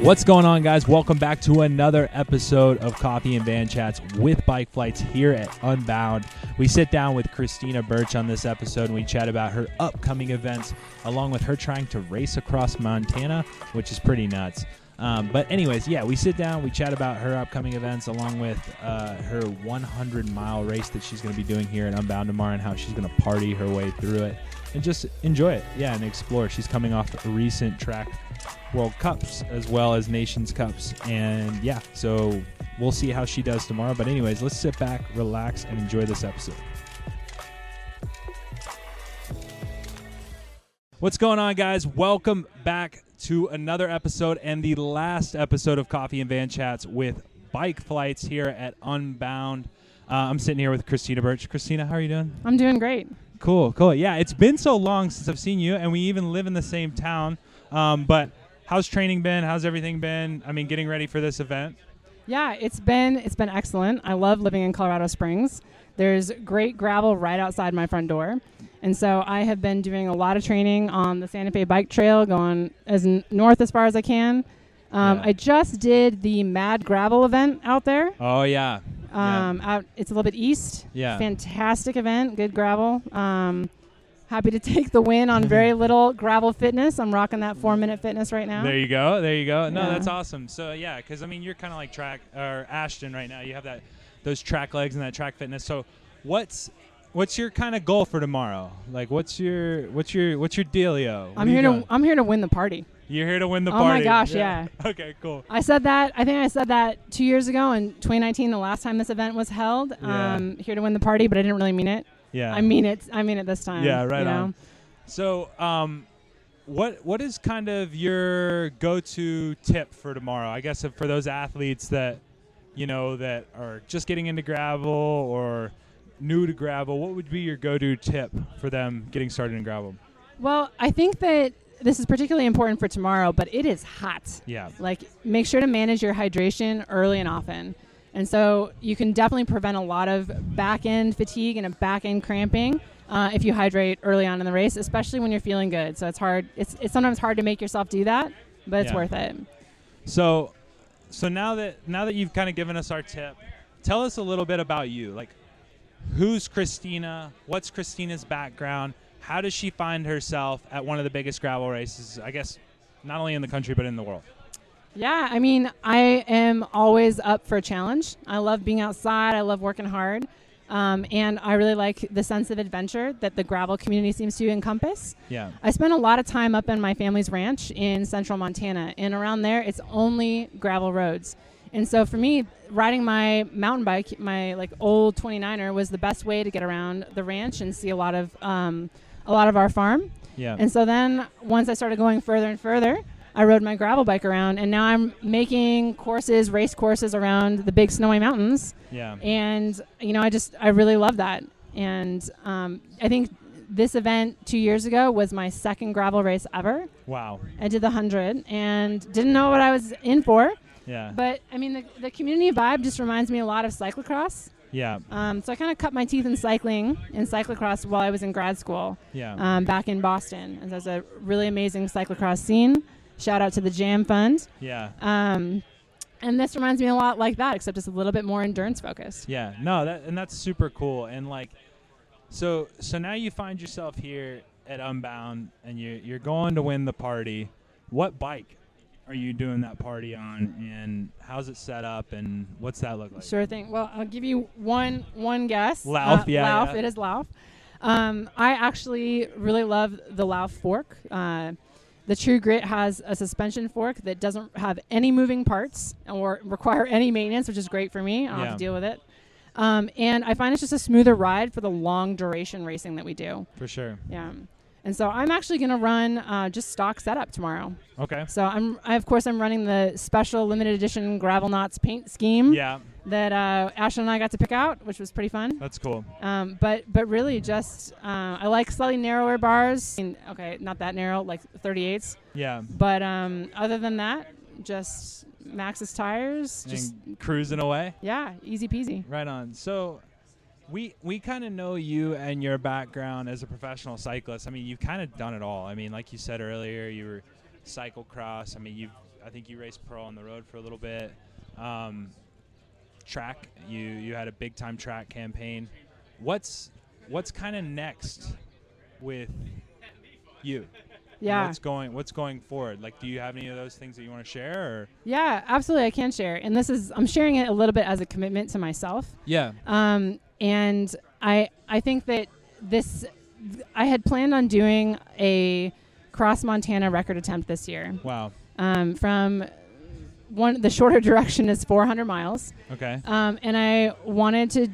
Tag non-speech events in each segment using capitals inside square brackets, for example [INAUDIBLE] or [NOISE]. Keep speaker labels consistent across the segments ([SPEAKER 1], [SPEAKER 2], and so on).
[SPEAKER 1] What's going on, guys? Welcome back to another episode of Coffee and Van Chats with Bike Flights here at Unbound. We sit down with Christina Birch on this episode and we chat about her upcoming events, along with her trying to race across Montana, which is pretty nuts. Um, but, anyways, yeah, we sit down, we chat about her upcoming events, along with uh, her 100 mile race that she's going to be doing here at Unbound tomorrow and how she's going to party her way through it and just enjoy it. Yeah, and explore. She's coming off a recent track World Cups as well as Nations Cups. And yeah, so we'll see how she does tomorrow. But, anyways, let's sit back, relax, and enjoy this episode. What's going on, guys? Welcome back to another episode and the last episode of Coffee and Van Chats with Bike Flights here at Unbound. Uh, I'm sitting here with Christina Birch. Christina, how are you doing?
[SPEAKER 2] I'm doing great.
[SPEAKER 1] Cool, cool. Yeah, it's been so long since I've seen you, and we even live in the same town. Um, but how's training been? How's everything been? I mean, getting ready for this event.
[SPEAKER 2] Yeah, it's been it's been excellent. I love living in Colorado Springs. There's great gravel right outside my front door. And so I have been doing a lot of training on the Santa Fe bike trail, going as n- north as far as I can. Um,
[SPEAKER 1] Yeah.
[SPEAKER 2] I just did the Mad Gravel event out there.
[SPEAKER 1] Oh yeah.
[SPEAKER 2] Um, out, it's a little bit east.
[SPEAKER 1] Yeah.
[SPEAKER 2] Fantastic event, good gravel. Um, happy to [LAUGHS] take the win on
[SPEAKER 1] [LAUGHS]
[SPEAKER 2] very little gravel fitness. I'm rocking that four minute fitness right now.
[SPEAKER 1] There you go. There you go. No,
[SPEAKER 2] Yeah.
[SPEAKER 1] that's awesome. So yeah, because I mean, you're kind of like track or Ashton right now. You have that those track legs and that track fitness. So what's what's your kind of goal for tomorrow? Like, what's your what's your what's your dealio? What
[SPEAKER 2] I'm
[SPEAKER 1] are you
[SPEAKER 2] here to
[SPEAKER 1] doing?
[SPEAKER 2] I'm here to win the party.
[SPEAKER 1] You're here to win the
[SPEAKER 2] Oh my
[SPEAKER 1] party.
[SPEAKER 2] gosh,
[SPEAKER 1] [LAUGHS] Okay. Cool.
[SPEAKER 2] I said that. I think I said that two years ago in 2019, the last time this event was held.
[SPEAKER 1] Yeah.
[SPEAKER 2] Um, here to win the party, but I didn't really mean it.
[SPEAKER 1] Yeah.
[SPEAKER 2] I mean it. I mean it this time.
[SPEAKER 1] Yeah, right
[SPEAKER 2] you know?
[SPEAKER 1] on. So, um, what what is kind of your go-to tip for tomorrow? I guess if- for those athletes that you know that are just getting into gravel or new to gravel, what would be your go-to tip for them getting started in gravel?
[SPEAKER 2] Well, I think that this is particularly important for tomorrow, but it is hot.
[SPEAKER 1] Yeah,
[SPEAKER 2] Like, make sure to manage your hydration early and often. And so you can definitely prevent a lot of back end fatigue and a back end cramping uh, if you hydrate early on in the race, especially when you're feeling good. So it's hard. It's, it's sometimes hard to make yourself do that, but it's
[SPEAKER 1] Yeah.
[SPEAKER 2] worth it.
[SPEAKER 1] So, so now that now that you've kind of given us our tip, tell us a little bit about you. Like, who's Christina? What's Christina's background? How does she find herself at one of the biggest gravel races? I guess not only in the country but in the world.
[SPEAKER 2] Yeah, I mean, I am always up for a challenge. I love being outside. I love working hard. Um, and I really like the sense of adventure that the gravel community seems to encompass.
[SPEAKER 1] Yeah.
[SPEAKER 2] I spent a lot of time up in my family's ranch in central Montana, and around there, it's only gravel roads. And so for me, riding my mountain bike, my like old 29er, was the best way to get around the ranch and see a lot of um, a lot of our farm.
[SPEAKER 1] Yeah.
[SPEAKER 2] And so then once I started going further and further, I rode my gravel bike around, and now I'm making courses, race courses around the big snowy mountains.
[SPEAKER 1] yeah.
[SPEAKER 2] And, you know, I just, I really love that. And um, I think this event two years ago was my second gravel race ever.
[SPEAKER 1] Wow.
[SPEAKER 2] I did the 100 and didn't know what I was in for.
[SPEAKER 1] Yeah.
[SPEAKER 2] But, I mean, the, the community vibe just reminds me a lot of cyclocross.
[SPEAKER 1] yeah.
[SPEAKER 2] Um, so I kind of cut my teeth in cycling and cyclocross while I was in grad school
[SPEAKER 1] Yeah.
[SPEAKER 2] um, back in Boston. And there's a really amazing cyclocross scene. Shout out to the Jam Fund.
[SPEAKER 1] yeah.
[SPEAKER 2] Um, and this reminds me a lot like that, except it's a little bit more endurance focused.
[SPEAKER 1] Yeah. No, that and that's super cool. And like so so now you find yourself here at Unbound and you you're going to win the party. What bike are you doing that party on and how's it set up and what's that look like?
[SPEAKER 2] Sure thing. Well, I'll give you one one guess.
[SPEAKER 1] Lauf,
[SPEAKER 2] Uh,
[SPEAKER 1] yeah,
[SPEAKER 2] Lauf,
[SPEAKER 1] yeah.
[SPEAKER 2] It is Lauf. Um, I actually really love the Lauf fork. Uh, the True Grit has a suspension fork that doesn't have any moving parts or require any maintenance, which is great for me. I don't have
[SPEAKER 1] Yeah.
[SPEAKER 2] to deal with it. Um, and I find it's just a smoother ride for the long duration racing that we do.
[SPEAKER 1] For sure.
[SPEAKER 2] Yeah. And so I'm actually going to run uh, just stock setup tomorrow.
[SPEAKER 1] Okay.
[SPEAKER 2] So I'm, I, of course, I'm running the special limited edition Gravel Knots paint scheme
[SPEAKER 1] Yeah,
[SPEAKER 2] that uh, Ashlyn and I got to pick out, which was pretty fun.
[SPEAKER 1] that's cool.
[SPEAKER 2] Um, but but really, just uh, I like slightly narrower bars. I mean, okay, not that narrow, like 38s.
[SPEAKER 1] Yeah.
[SPEAKER 2] But um, other than that, just Max's tires. Just
[SPEAKER 1] and cruising away.
[SPEAKER 2] yeah, easy peasy.
[SPEAKER 1] Right on. So we we kind of know you and your background as a professional cyclist. I mean, you've kind of done it all. I mean, like you said earlier, you were cyclocross. I mean, you've I think you raced pro on the road for a little bit. Um, track, you you had a big time track campaign. What's what's kind of next with you?
[SPEAKER 2] Yeah.
[SPEAKER 1] What's going What's going forward? Like, do you have any of those things that you want to share? Or
[SPEAKER 2] Yeah, absolutely. I can share. And this is, I'm sharing it a little bit as a commitment to myself.
[SPEAKER 1] yeah,
[SPEAKER 2] Um, and I, I think that this, I had planned on doing a cross Montana record attempt this year.
[SPEAKER 1] wow,
[SPEAKER 2] Um, from one, the shorter [LAUGHS] direction is 400 miles.
[SPEAKER 1] okay,
[SPEAKER 2] Um, and I wanted to,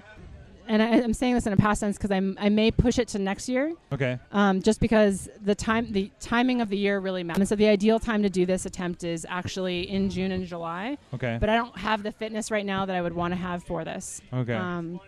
[SPEAKER 2] and I, I'm saying this in a past tense because I may push it to next year
[SPEAKER 1] okay,
[SPEAKER 2] um, just because the time the timing of the year really matters. And so the ideal time to do this attempt is actually in June and July.
[SPEAKER 1] okay,
[SPEAKER 2] But I don't have the fitness right now that I would want to have for this.
[SPEAKER 1] okay,
[SPEAKER 2] Um,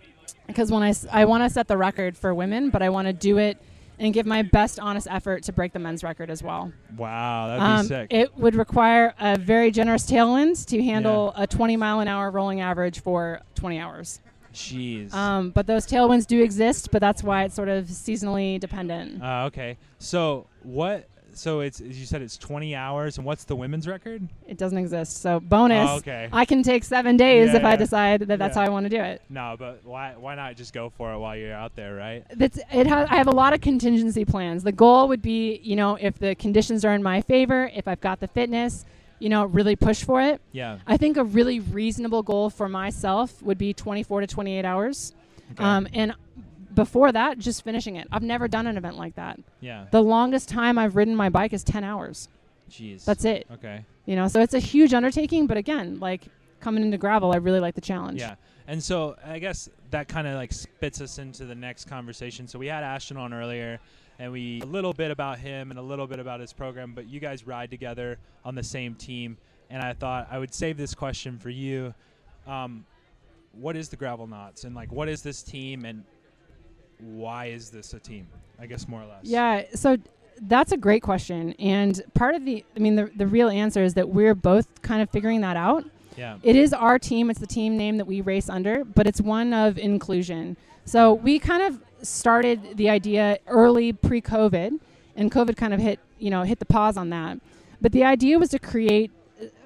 [SPEAKER 2] because when I s- I want to set the record for women, but I want to do it and give my best honest effort to break the men's record as well.
[SPEAKER 1] wow, that'd be
[SPEAKER 2] Um,
[SPEAKER 1] sick.
[SPEAKER 2] it would require a very generous tailwind to handle a 20 mile an hour rolling average for 20 hours.
[SPEAKER 1] Jeez.
[SPEAKER 2] Um, but those tailwinds do exist, but that's why it's sort of seasonally dependent.
[SPEAKER 1] Uh, okay. So what? So it's you said it's 20 hours, and what's the women's record?
[SPEAKER 2] It doesn't exist. So bonus.
[SPEAKER 1] Oh, okay.
[SPEAKER 2] I can take seven days
[SPEAKER 1] Yeah,
[SPEAKER 2] if
[SPEAKER 1] yeah.
[SPEAKER 2] I decide that that's
[SPEAKER 1] Yeah.
[SPEAKER 2] how I want to do it.
[SPEAKER 1] No, but why? Why not just go for it while you're out there, right?
[SPEAKER 2] That's it. Ha- I have a lot of contingency plans. The goal would be, you know, if the conditions are in my favor, if I've got the fitness, you know, really push for it.
[SPEAKER 1] Yeah.
[SPEAKER 2] I think a really reasonable goal for myself would be 24 to 28 hours,
[SPEAKER 1] Okay.
[SPEAKER 2] um, and before that, just finishing it. I've never done an event like that.
[SPEAKER 1] yeah.
[SPEAKER 2] The longest time I've ridden my bike is 10 hours.
[SPEAKER 1] Jeez.
[SPEAKER 2] That's it.
[SPEAKER 1] Okay.
[SPEAKER 2] You know, so it's a huge undertaking. But again, like coming into gravel, I really like the challenge.
[SPEAKER 1] Yeah. And so I guess that kind of like spits us into the next conversation. So we had Ashton on earlier, and we a little bit about him and a little bit about his program. But you guys ride together on the same team, and I thought I would save this question for you. Um, what is the Gravel Knots, and like what is this team, and why is this a team? I guess more or less.
[SPEAKER 2] Yeah, so that's a great question. And part of the, I mean, the, the real answer is that we're both kind of figuring that out.
[SPEAKER 1] Yeah.
[SPEAKER 2] It is our team, it's the team name that we race under, but it's one of inclusion. So we kind of started the idea early pre COVID, and COVID kind of hit, you know, hit the pause on that. But the idea was to create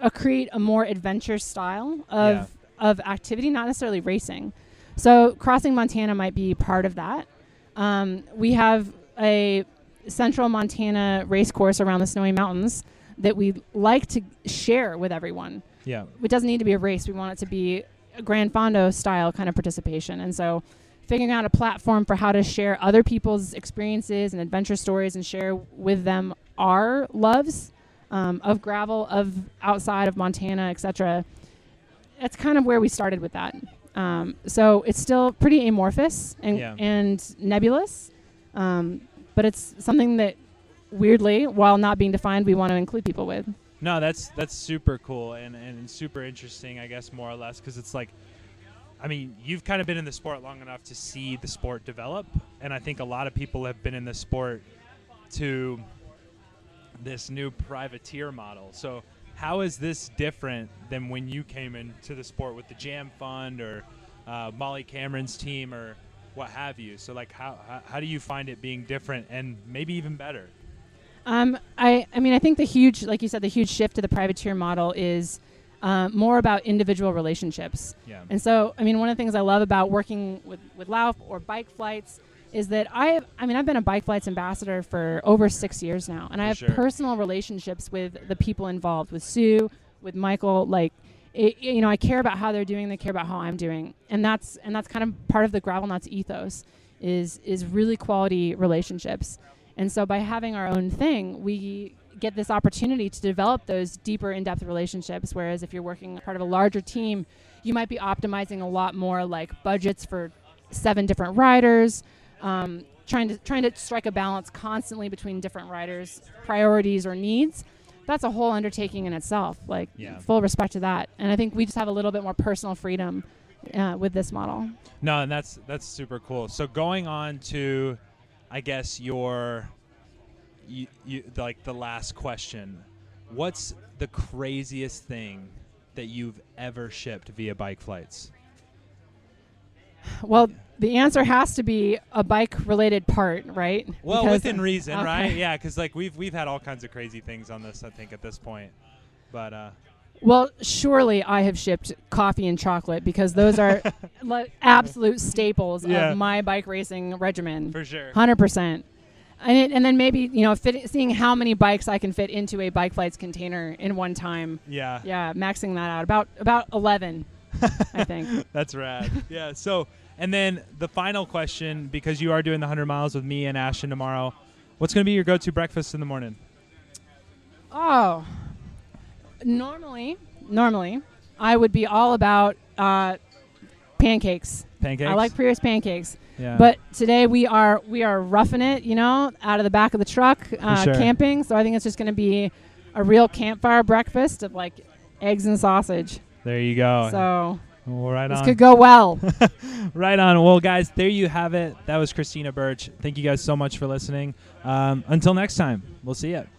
[SPEAKER 2] a create a more adventure style of
[SPEAKER 1] Yeah.
[SPEAKER 2] of activity, not necessarily racing. So crossing Montana might be part of that. Um, we have a central Montana race course around the Snowy Mountains that we like to share with everyone.
[SPEAKER 1] Yeah.
[SPEAKER 2] It doesn't need to be a race. We want it to be a Grand Fondo style kind of participation. And so figuring out a platform for how to share other people's experiences and adventure stories and share with them our loves um, of gravel, of outside of Montana, etc. That's kind of where we started with that. Um, so it's still pretty amorphous and,
[SPEAKER 1] Yeah.
[SPEAKER 2] and nebulous, um, but it's something that weirdly, while not being defined, we want to include people with.
[SPEAKER 1] No, that's that's super cool and, and super interesting, I guess, more or less, because it's like, I mean, you've kind of been in the sport long enough to see the sport develop, and I think a lot of people have been in the sport to this new privateer model. So, how is this different than when you came into the sport with the Jam Fund or uh, Molly Cameron's team or what have you? So, like, how how- how do you find it being different and maybe even better?
[SPEAKER 2] Um, I, I mean, I think the huge, like you said, the huge shift to the privateer model is uh, more about individual relationships.
[SPEAKER 1] Yeah.
[SPEAKER 2] And so, I mean, one of the things I love about working with, with Lauf or bike flights is that I have, I mean, I've been a bike flights ambassador for over six years now, and I
[SPEAKER 1] For
[SPEAKER 2] have
[SPEAKER 1] sure.
[SPEAKER 2] personal relationships with the people involved, with Sue, with Michael, like, it, you know, I care about how they're doing, they care about how I'm doing. And that's, and that's kind of part of the Gravel Nuts ethos is, is really quality relationships. And so by having our own thing, we get this opportunity to develop those deeper in-depth relationships whereas if you're working part of a larger team you might be optimizing a lot more like budgets for seven different riders um, trying to trying to strike a balance constantly between different riders priorities or needs that's a whole undertaking in itself like
[SPEAKER 1] Yeah.
[SPEAKER 2] full respect to that and i think we just have a little bit more personal freedom uh, with this model
[SPEAKER 1] No, and that's that's super cool. So going on to, I guess your, you, you like the last question. What's the craziest thing that you've ever shipped via bike flights?
[SPEAKER 2] well the answer has to be a bike related part right
[SPEAKER 1] Well,
[SPEAKER 2] Because-
[SPEAKER 1] within reason,
[SPEAKER 2] [LAUGHS] okay.
[SPEAKER 1] right? Yeah, because like we've we've had all kinds of crazy things on this. I think at this point, But uh,
[SPEAKER 2] Well, surely I have shipped coffee and chocolate because
[SPEAKER 1] [LAUGHS]
[SPEAKER 2] those are like absolute staples
[SPEAKER 1] Yeah.
[SPEAKER 2] of my bike racing regimen.
[SPEAKER 1] for sure.
[SPEAKER 2] Hundred percent. And, it, and then maybe you know fit, seeing how many bikes I can fit into a bike flights container in one time.
[SPEAKER 1] Yeah.
[SPEAKER 2] Yeah, maxing that out about about eleven,
[SPEAKER 1] [LAUGHS]
[SPEAKER 2] I think.
[SPEAKER 1] That's rad. yeah. So, and then the final question, because you are doing the 100 miles with me and Ashton tomorrow, what's going to be your go-to breakfast in the morning?
[SPEAKER 2] Oh, normally, normally, I would be all about uh, pancakes.
[SPEAKER 1] Pancakes.
[SPEAKER 2] I like Prius pancakes.
[SPEAKER 1] Yeah.
[SPEAKER 2] But today we are we are roughing it, you know, out of the back of the truck, uh,
[SPEAKER 1] sure.
[SPEAKER 2] camping. So I think it's just going to be a real campfire breakfast of like eggs and sausage.
[SPEAKER 1] there you go.
[SPEAKER 2] so
[SPEAKER 1] well, right
[SPEAKER 2] this
[SPEAKER 1] on.
[SPEAKER 2] could go well.
[SPEAKER 1] Right on. Well, guys, there you have it. That was Christina Birch. Thank you guys so much for listening. Um, until next time, we'll see you.